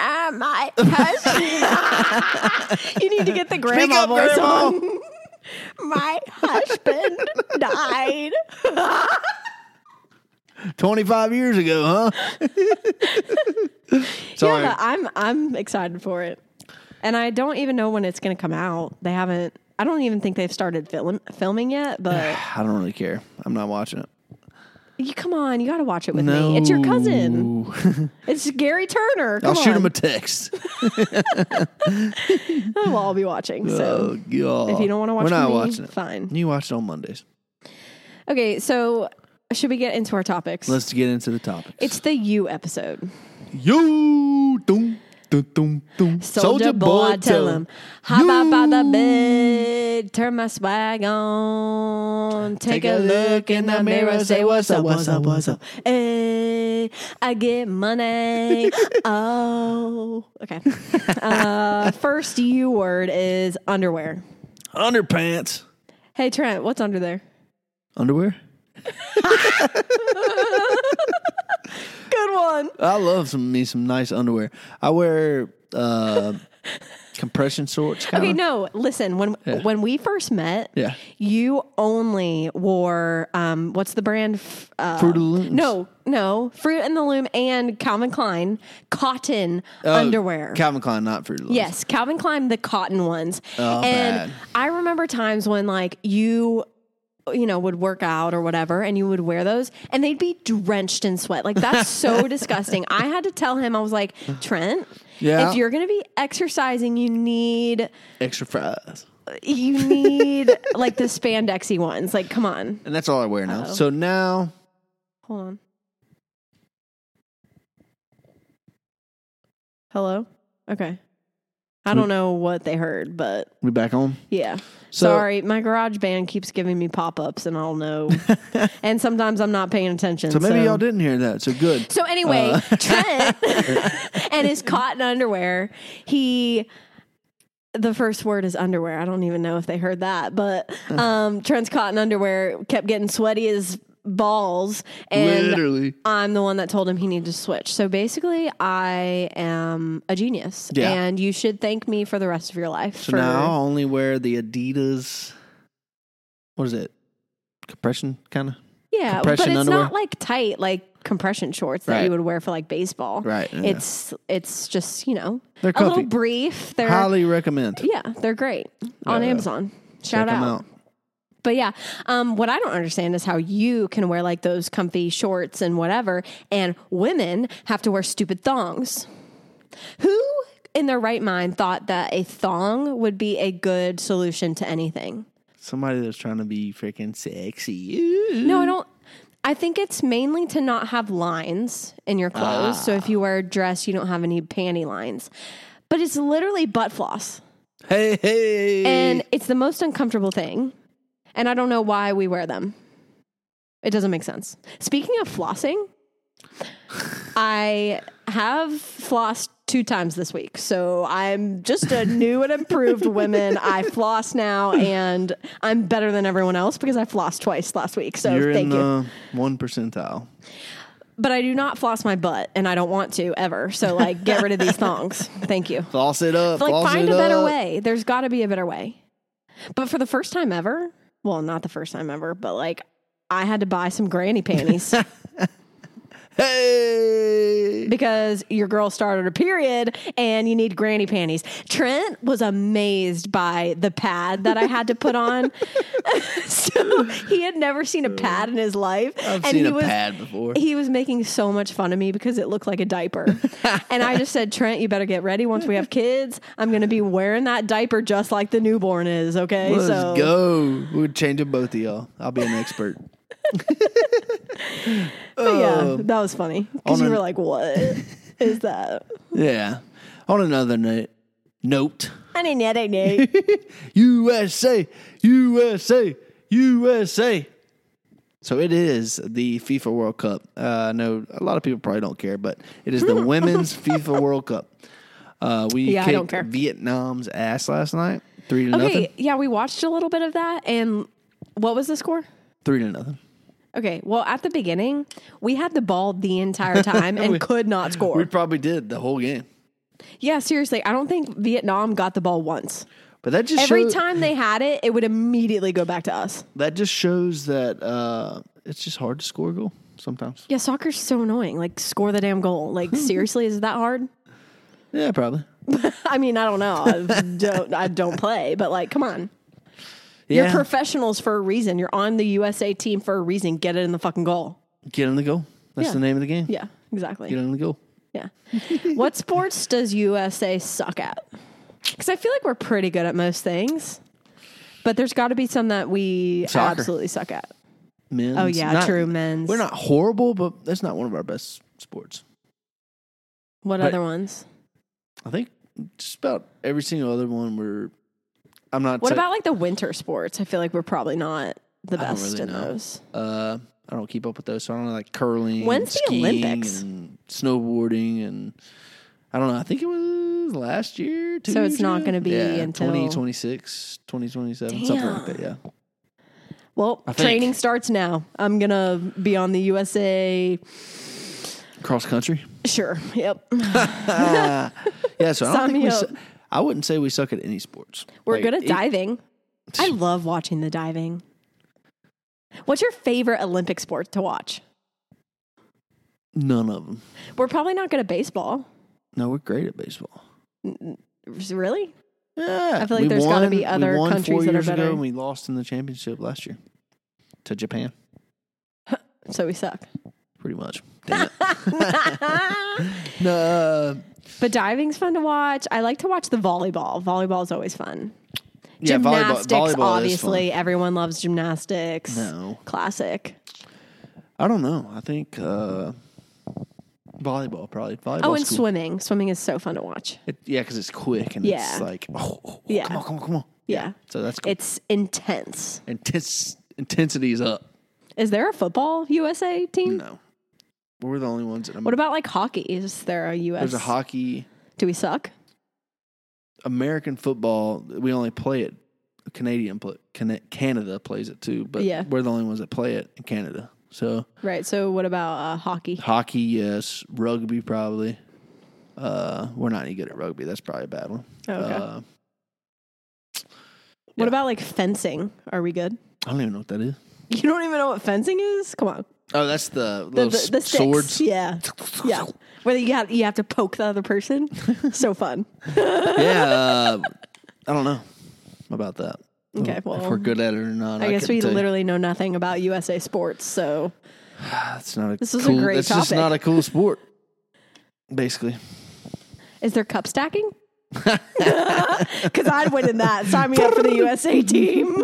S1: Ah, my husband. you need to get the grandma
S2: up,
S1: voice
S2: Grandma.
S1: on. my husband died.
S2: 25 years ago, huh? Sorry.
S1: Yeah, but I'm I'm excited for it, and I don't even know when it's going to come out. They haven't. I don't even think they've started film, filming yet. But
S2: I don't really care. I'm not watching it.
S1: You come on, you got to watch it with me. It's your cousin. It's Gary Turner. Come
S2: I'll shoot
S1: on.
S2: him a text.
S1: We'll all be watching.
S2: oh,
S1: So
S2: God.
S1: if you don't want to watch,
S2: We're not
S1: with me,
S2: watching it.
S1: Fine.
S2: You watch it on Mondays.
S1: Okay, so should we get into our topics?
S2: Let's get into the topics.
S1: it's the U episode.
S2: Yo, doom, doom, doom, doom.
S1: Soldier boy, I tell him, hop out by the bed, turn my swag on, take, a look in the mirror, say what's up, what's up, what's up. Hey, I get money. oh, okay. Uh, first U word is underwear.
S2: Underpants.
S1: Hey Trent, what's under there?
S2: Underwear?
S1: Good one.
S2: I love some me some nice underwear. I wear uh compression shorts. Kinda.
S1: Okay, no, listen. When when we first met,
S2: Yeah.
S1: you only wore um, what's the brand? F- Uh,
S2: Fruit of the Looms.
S1: No, no, Fruit and the Loom and Calvin Klein cotton
S2: Oh,
S1: underwear.
S2: Calvin Klein, not Fruit Loops.
S1: yes, Calvin Klein the cotton ones.
S2: Oh,
S1: and
S2: bad.
S1: I remember times when like you you know would work out or whatever and you would wear those and they'd be drenched in sweat like that's so disgusting i had to tell him i was like trent
S2: Yeah.
S1: if you're gonna be exercising you need
S2: Extra fries.
S1: you need like the spandexy ones. Like, come on,
S2: And that's all I wear now.
S1: Uh-oh.
S2: So now
S1: hold on. Hello. Okay. I don't know what they heard, but
S2: we back on.
S1: yeah.
S2: So-
S1: Sorry, my garage band keeps giving me pop ups, and I'll know. and sometimes I'm not paying attention.
S2: So maybe y'all Uh. didn't hear that. So good.
S1: So anyway, Trent and his cotton underwear, he the first word is underwear. I don't even know if they heard that, but
S2: Uh.
S1: um Trent's cotton underwear kept getting sweaty as balls and
S2: Literally.
S1: I'm the one that told him he needed to switch. So basically, I am a genius
S2: Yeah.
S1: and you should thank me for the rest of your life.
S2: So
S1: for,
S2: now I only wear the Adidas what is it? Compression kinda?
S1: yeah, but it's
S2: compression underwear?
S1: not like tight like compression shorts that
S2: Right.
S1: you would wear for like baseball.
S2: Right. yeah.
S1: It's it's just, you know,
S2: They're
S1: a little
S2: comfy.
S1: brief. They're
S2: Highly recommend.
S1: yeah, they're great on
S2: Yeah.
S1: Amazon. Shout
S2: Check 'em
S1: out. But yeah, um, what I don't understand is how you can wear like those comfy shorts and whatever, and women have to wear stupid thongs. Who in their right mind thought that a thong would be a good solution to anything?
S2: Somebody that's trying to be freaking sexy.
S1: No, I don't. I think it's mainly to not have lines in your clothes. So if you wear a dress, you don't have any panty lines. But it's literally butt floss.
S2: Hey, hey.
S1: and it's the most uncomfortable thing. And I don't know why we wear them. It doesn't make sense. Speaking of flossing, I have flossed two times this week. So I'm just a new and improved woman. I floss now and I'm better than everyone else because I flossed twice last week. So
S2: You're in
S1: Oh, thank you.
S2: the one percentile.
S1: but I do not floss my butt and I don't want to ever. So like get rid of these thongs. Thank you.
S2: Floss it up.
S1: like
S2: floss
S1: find
S2: it
S1: a better
S2: up.
S1: way. There's got to be a better way. But for the first time ever, well, not the first time ever, but like I had to buy some granny panties
S2: Hey.
S1: because your girl started a period and you need granny panties. Trent was amazed by the pad that I had to put on. so he had never seen a pad in his life. and
S2: I've seen
S1: he
S2: a
S1: was
S2: pad before.
S1: he was making so much fun of me because it looked like a diaper. and I just said, Trent, you better get ready. Once we have kids, I'm going to be wearing that diaper just like the newborn is. Okay.
S2: Let's
S1: so
S2: go. We'll change them both of y'all. I'll be an expert.
S1: but yeah, that was funny because
S2: On
S1: you
S2: an-
S1: were like, what is that?
S2: Yeah. On another no- note,
S1: I didn't know that name.
S2: USA, USA, USA. So it is the FIFA World Cup. Uh, I know a lot of people probably don't care, but it is the Women's FIFA World Cup. Uh, we
S1: Yeah, I don't
S2: kicked
S1: care.
S2: Vietnam's ass last night, three to
S1: okay.
S2: nothing.
S1: Yeah, we watched a little bit of that. And what was the score?
S2: Three to nothing.
S1: Okay. Well, at the beginning, we had the ball the entire time and could not score.
S2: We probably did the whole game,
S1: yeah, seriously. I don't think Vietnam got the ball once.
S2: but that just
S1: Every
S2: shows,
S1: time they had it, it would immediately go back to us.
S2: that just shows that uh, it's just hard to score a goal sometimes.
S1: Yeah, soccer's so annoying. Like, score the damn goal. Like, seriously, is it that hard?
S2: Yeah, probably.
S1: I mean, I don't know. I don't, I don't play, but like, come on. You're
S2: Yeah,
S1: professionals for a reason. You're on the USA team for a reason. Get it in the fucking goal.
S2: Get in the goal. That's
S1: Yeah.
S2: the name of the game.
S1: Yeah, exactly.
S2: Get in the goal.
S1: Yeah. what sports does USA suck at? Because I feel like we're pretty good at most things, but there's got to be some that we
S2: Soccer.
S1: absolutely suck at.
S2: Men's.
S1: Oh yeah,
S2: Not-
S1: true. Men's.
S2: We're not horrible, but that's not one of our best sports.
S1: What
S2: but-
S1: other ones?
S2: I think just about every single other one we're. I'm not.
S1: What
S2: sa-
S1: about like the winter sports? I feel like we're probably not the
S2: I don't
S1: best
S2: really
S1: in
S2: know.
S1: those.
S2: Uh, I don't keep up with those, so I don't know, like curling.
S1: When's the
S2: skiing,
S1: Olympics?
S2: And snowboarding, and I don't know. I think it was last year. two
S1: So it's
S2: years
S1: not
S2: ago?
S1: gonna be
S2: yeah,
S1: until-
S2: 2026, 2027, something like that. Yeah.
S1: Well,
S2: I think-
S1: training starts now. I'm gonna be on the USA.
S2: Cross country.
S1: Sure. Yep.
S2: Ah. yeah, so I don't
S1: Sign
S2: think
S1: me
S2: we.
S1: up.
S2: Su- I wouldn't say we suck at any sports.
S1: We're
S2: Like,
S1: good at
S2: it-
S1: diving. I love watching the diving. What's your favorite Olympic sport to watch?
S2: None of them.
S1: We're probably not good at baseball.
S2: No, we're great at baseball.
S1: Really?
S2: Yeah,
S1: I feel like
S2: we
S1: there's gotta
S2: won-
S1: be
S2: we
S1: other
S2: won
S1: countries
S2: four
S1: that are
S2: years
S1: better.
S2: Ago and we lost in the championship last year to Japan,
S1: So we suck.
S2: pretty much. Damn it. no, uh,
S1: But diving's fun to watch. I like to watch the volleyball. Volleyball is always fun.
S2: yeah, volleyball.
S1: gymnastics,
S2: volleyball is fun.
S1: obviously. Everyone loves gymnastics.
S2: No.
S1: Classic.
S2: I don't know. I think uh, volleyball probably. Volleyball.
S1: oh, and swimming. Swimming is so fun to watch.
S2: It, yeah, because it's quick and
S1: Yeah.
S2: it's like, oh, oh, oh,
S1: Yeah.
S2: come on, come on, come on.
S1: Yeah.
S2: So that's cool.
S1: It's intense.
S2: Intens- intensity is up.
S1: Is there a football USA team?
S2: No, we're the only ones. That I'm,
S1: What about like hockey? Is there a US?
S2: there's a hockey,
S1: Do we suck?
S2: American football. We only play it. Canadian play, Can- Canada plays it too, but
S1: Yeah.
S2: we're the only ones that play it in Canada. So
S1: Right. So what about uh, hockey?
S2: hockey, yes. Rugby, probably. Uh, we're not any good at rugby. That's probably a bad one.
S1: Oh, okay.
S2: Uh,
S1: What about like fencing? Are we good?
S2: I don't even know what that is.
S1: You don't even know what fencing is? Come on.
S2: Oh, that's the
S1: The,
S2: little
S1: the, the sticks.
S2: s- swords.
S1: Yeah. Yeah. Where you have, you have to poke the other person. so fun.
S2: Yeah, uh, I don't know about that.
S1: Okay,
S2: Oh, If
S1: well,
S2: we're good at it or not, I,
S1: I guess
S2: couldn't
S1: we
S2: tell you.
S1: literally know nothing about USA sports. So
S2: That's not a
S1: This was a
S2: cool,
S1: great
S2: That's just
S1: topic.
S2: not a cool sport. Basically,
S1: is there cup stacking? Because I'd win in that. Sign me up for the USA team.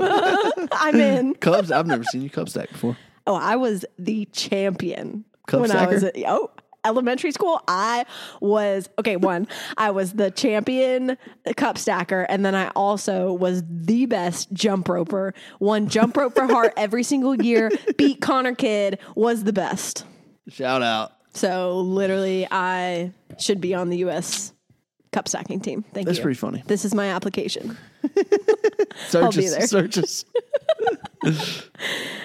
S1: I'm in.
S2: Cubs. I've never seen you Cub stack before.
S1: Oh, I was the champion
S2: Cup
S1: when I was at,
S2: stacker?
S1: oh elementary school. I was okay. One, I was the champion cup stacker, and then I also was the best jump roper. Won jump rope for heart every single year. Beat Connor Kidd was the best.
S2: Shout out.
S1: So literally, I should be on the U.S. cup stacking team. Thank
S2: That's
S1: you.
S2: pretty funny.
S1: This is my application.
S2: Searches.
S1: be there.
S2: Searches.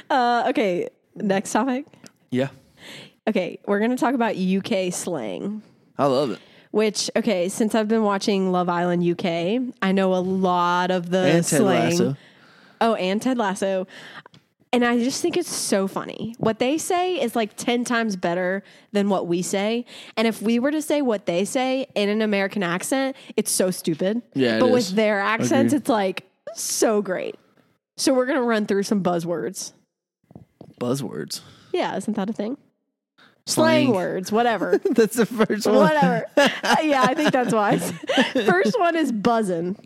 S1: Uh, okay, next topic.
S2: yeah,
S1: Okay, we're gonna talk about UK slang.
S2: I love it.
S1: Which okay, since I've been watching Love Island UK, I know a lot of the
S2: And Ted
S1: slang.
S2: Lasso.
S1: Oh, and Ted Lasso. And I just think it's so funny. What they say is like 10 times better than what we say. And if we were to say what they say in an American accent, it's so stupid.
S2: Yeah, it
S1: But
S2: is.
S1: with their accents,
S2: Agreed.
S1: it's like so great. So we're going to run through some buzzwords.
S2: Buzzwords.
S1: Yeah, isn't that a thing?
S2: Slang.
S1: Slang words, whatever.
S2: That's the first one.
S1: whatever. Uh, yeah, I think that's wise. First one is buzzin',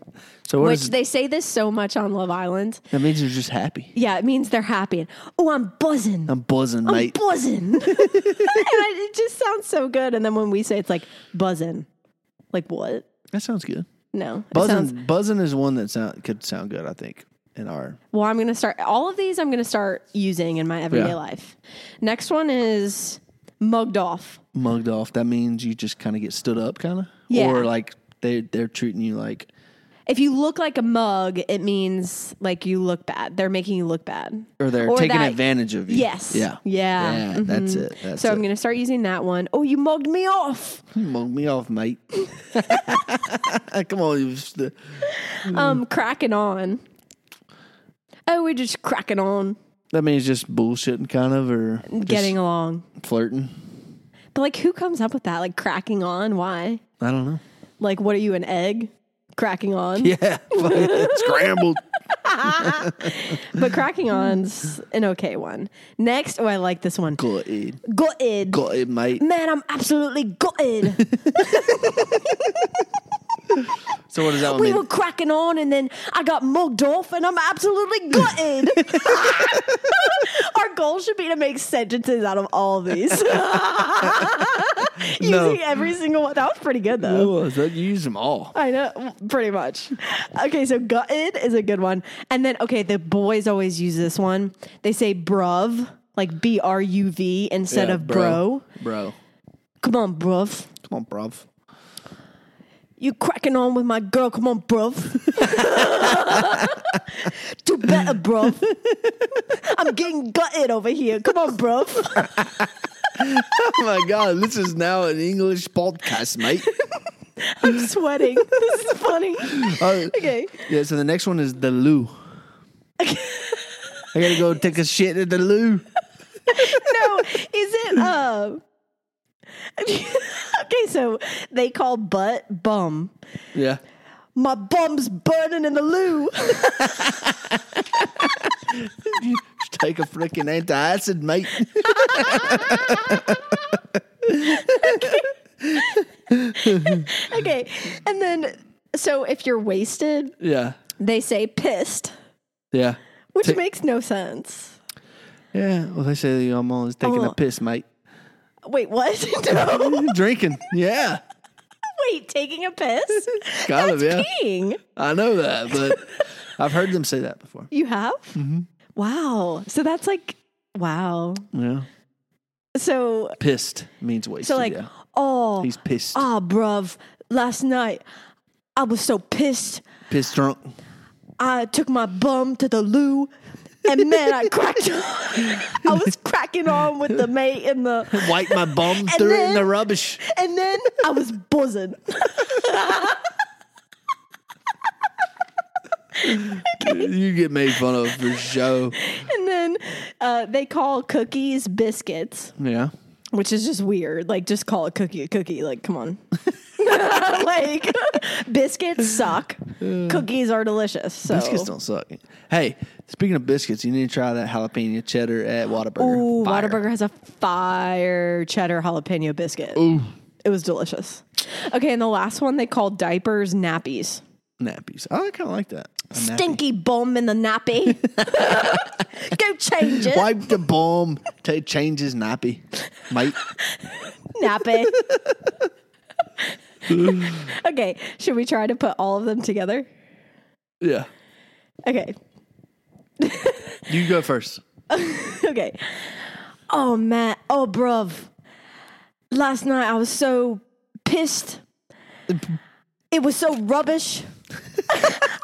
S2: So what
S1: which
S2: is
S1: they say this so much on Love Island.
S2: that means? You're just happy.
S1: Yeah, it means they're happy. Oh, I'm buzzing.
S2: I'm buzzing, mate.
S1: buzzing. and I, it just sounds so good. And then when we say it's like buzzing, like what?
S2: that sounds good.
S1: No, it
S2: Buzzing.
S1: sounds-
S2: buzzing is one that sound could sound good. I think in our
S1: well, I'm gonna start all of these. I'm gonna start using in my everyday
S2: Yeah.
S1: life. Next one is mugged off.
S2: mugged off. That means you just kind of get stood up, kind of,
S1: Yeah.
S2: or like they they're treating you like
S1: If you look like a mug, it means like you look bad. They're making you look bad.
S2: or they're
S1: Or
S2: taking
S1: that-
S2: advantage of you.
S1: Yes.
S2: Yeah.
S1: Yeah. Mm-hmm.
S2: Yeah. That's it. That's
S1: So
S2: it.
S1: I'm gonna start using that one. Oh, you mugged me off.
S2: You mugged me off, mate. Come on, you st-
S1: Um, cracking on. Oh, we're just cracking on,
S2: that means just bullshitting, kind of, or just
S1: getting along.
S2: flirting.
S1: But like, who comes up with that? Like, cracking on? Why?
S2: I don't know.
S1: Like, what are you, an egg? Cracking on?
S2: Yeah, scrambled.
S1: But cracking on's an okay one. Next, oh, I like this one.
S2: Got it.
S1: Gutted.
S2: Got it, mate.
S1: Man, I'm absolutely gutted.
S2: So what does that one
S1: we
S2: mean?
S1: were cracking on, and then I got mugged off, and I'm absolutely gutted. Our goal should be to make sentences out of all these. Using
S2: No.
S1: every single one. That was pretty good, though.
S2: Oh, is that- you use them all.
S1: I know, pretty much. Okay, so gutted is a good one. And then, okay, the boys always use this one. They say bruv, like B R U V instead
S2: Yeah,
S1: of bro.
S2: Bro.
S1: Come on, bruv.
S2: Come on, bruv.
S1: You cracking on with my girl. Come on, bruv. Do better, bruv. I'm getting gutted over here. Come on, bruv.
S2: Oh my god, this is now an English podcast, mate.
S1: I'm sweating. This is funny.
S2: Uh,
S1: Okay.
S2: yeah, so the next one is the loo. I gotta go take a shit at the loo.
S1: no, is it um Okay, so they call butt bum.
S2: Yeah.
S1: My bum's burning in the loo.
S2: Take a freaking antacid, mate.
S1: okay. And then so if you're wasted,
S2: Yeah.
S1: they say pissed,
S2: Yeah.
S1: which
S2: Ta-
S1: makes no sense.
S2: Yeah. Well, they say I'm always taking
S1: Oh.
S2: a piss, mate.
S1: Wait, what? no.
S2: Drinking. Yeah.
S1: Wait, taking a piss?
S2: Gotta
S1: That's
S2: be. yeah.
S1: peeing.
S2: I know that, but I've heard them say that before.
S1: You have?
S2: Mm-hmm.
S1: Wow. So that's like wow.
S2: Yeah.
S1: So
S2: Pissed means wasted.
S1: so like
S2: yeah.
S1: oh
S2: he's pissed.
S1: Ah, bruv, last night I was so pissed.
S2: Pissed drunk.
S1: I took my bum to the loo. And man, I cracked. I was cracking on with the mate and the,
S2: Wiped my bum, threw it in
S1: then-
S2: the rubbish.
S1: and then I was buzzing.
S2: You get made fun of for sure.
S1: And then uh, they call cookies biscuits,
S2: Yeah.
S1: which is just weird. Like, just call a cookie a cookie. Like, come on. like, biscuits suck. Cookies are delicious. So
S2: Biscuits don't suck. Hey, speaking of biscuits, you need to try that jalapeno cheddar at Whataburger.
S1: Ooh,
S2: Fire.
S1: Whataburger has a fire cheddar jalapeno biscuit. Ooh. It was delicious. Okay, and the last one they called diapers nappies.
S2: Nappies. I kind of like that. A nappy.
S1: Stinky bum in the nappy. Go change it,
S2: Wipe the bum. Take change his nappy, mate.
S1: nappy. okay, should we try to put all of them together?
S2: Yeah.
S1: Okay,
S2: You go first.
S1: okay. Oh, man. Oh, bruv. Last night I was so pissed. It was so rubbish.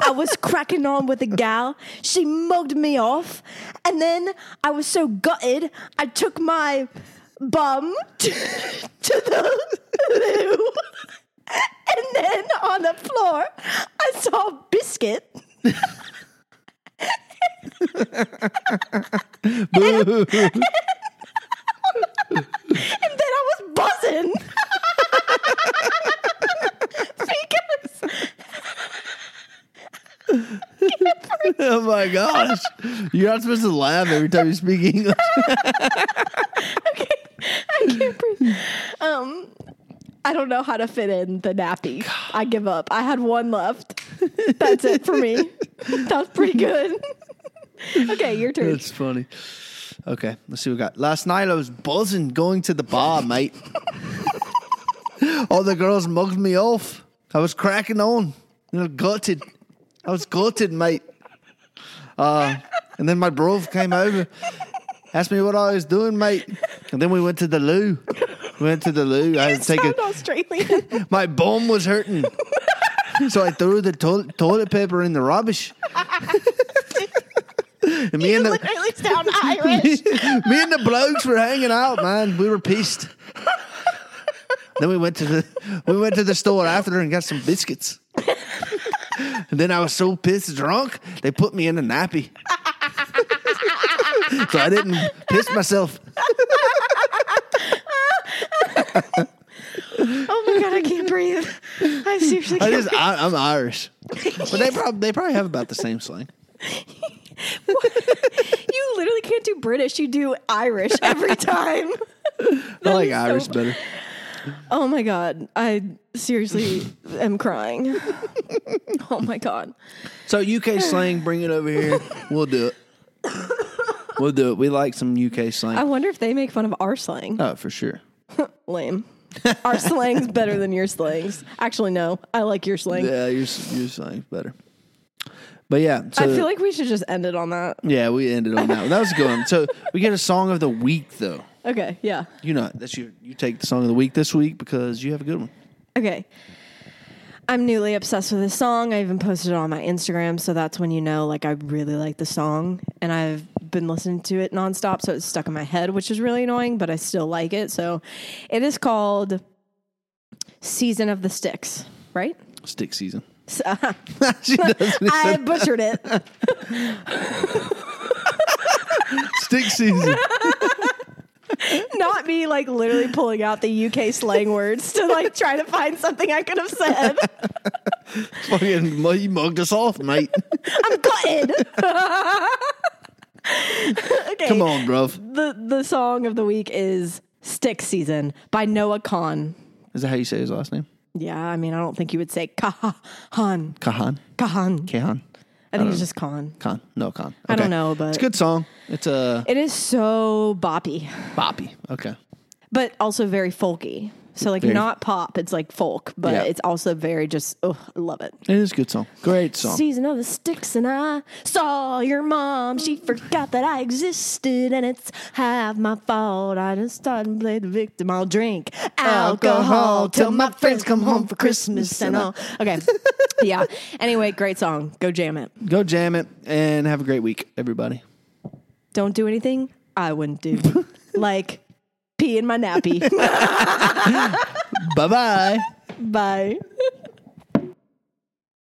S1: I was cracking on with a gal. She mugged me off. And then I was so gutted, I took my bum to, to the loo. And then on the floor, I saw biscuit.
S2: Boo.
S1: and then I was buzzing. because
S2: oh my gosh. You're not supposed to laugh every time you speak English.
S1: I can't breathe. Um, I don't know how to fit in the nappy. I give up. I had one left. That's it for me. That was pretty good. okay, your turn.
S2: That's funny. Okay, let's see what we got. Last night I was buzzing going to the bar, mate. All the girls mugged me off. I was cracking on. You know, gutted. I was gutted, mate. Uh, and then my bro came over, asked me what I was doing, mate. And then we went to the loo. We went to the loo. I
S1: It
S2: had to take a
S1: sound Australian.
S2: my bum was hurting. so I threw the toil- toilet paper in the rubbish. and me and the
S1: literally sound Irish.
S2: me and the blokes were hanging out, man. We were pissed. then we went to the we went to the store after and got some biscuits. and then I was so pissed drunk, they put me in a nappy. so I didn't piss myself.
S1: Oh my god, I can't breathe. I seriously
S2: I
S1: can't.
S2: just I, I'm Irish. But they probably they probably have about the same slang.
S1: you literally can't do British. You do Irish every time.
S2: I like
S1: is so
S2: Irish better.
S1: Oh my god, I seriously am crying. oh my god.
S2: So UK slang, bring it over here. We'll do it. We'll do it. We like some UK slang.
S1: I wonder if they make fun of our slang.
S2: oh, for sure.
S1: Lame. Our slang's better than your slang's. Actually, no. I like your slang.
S2: Yeah, your s- your slang's better. But yeah, so
S1: I feel like we should just end it on that.
S2: yeah, we ended on that. One. That was a good. One. So we get a song of the week though.
S1: Okay, yeah.
S2: You know, that's your you take the song of the week this week because you have a good one.
S1: Okay. I'm newly obsessed with this song. I even posted it on my Instagram, so that's when you know like I really like the song and I've been listening to it nonstop, so it's stuck in my head, which is really annoying, but I still like it. So it is called Season of the Sticks, right?
S2: Stick season.
S1: So-
S2: she does it.
S1: I butchered it.
S2: Stick season.
S1: Not me like literally pulling out the UK slang words to like try to find something I could have said.
S2: Fucking mu- you mugged us off, mate.
S1: I'm gutted. okay.
S2: Come on, bruv.
S1: the the song of the week is Stick Season by Noah Khan.
S2: Is that how you say his last name?
S1: Yeah, I mean, I don't think you would say Kahan.
S2: Kahan.
S1: Kahan.
S2: Kahan.
S1: I think it's just Khan.
S2: Khan. No Khan.
S1: I don't
S2: Okay.
S1: know, but-
S2: it's a good song. It's a
S1: It is so boppy,
S2: boppy. Okay.
S1: but also very folky. So like
S2: Very-
S1: not pop, it's like folk, but
S2: Yeah.
S1: it's also very just oh, I love it.
S2: It is a good song. Great song.
S1: Season of the sticks, and I saw your mom. She forgot that I existed, and it's half my fault. I just started and played the victim. I'll drink alcohol till my friends come home for Christmas, and all. Okay, yeah. Anyway, great song. Go jam it.
S2: Go jam it and have a great week, everybody.
S1: Don't do anything I wouldn't do, like pee in my nappy.
S2: Bye bye.
S1: Bye.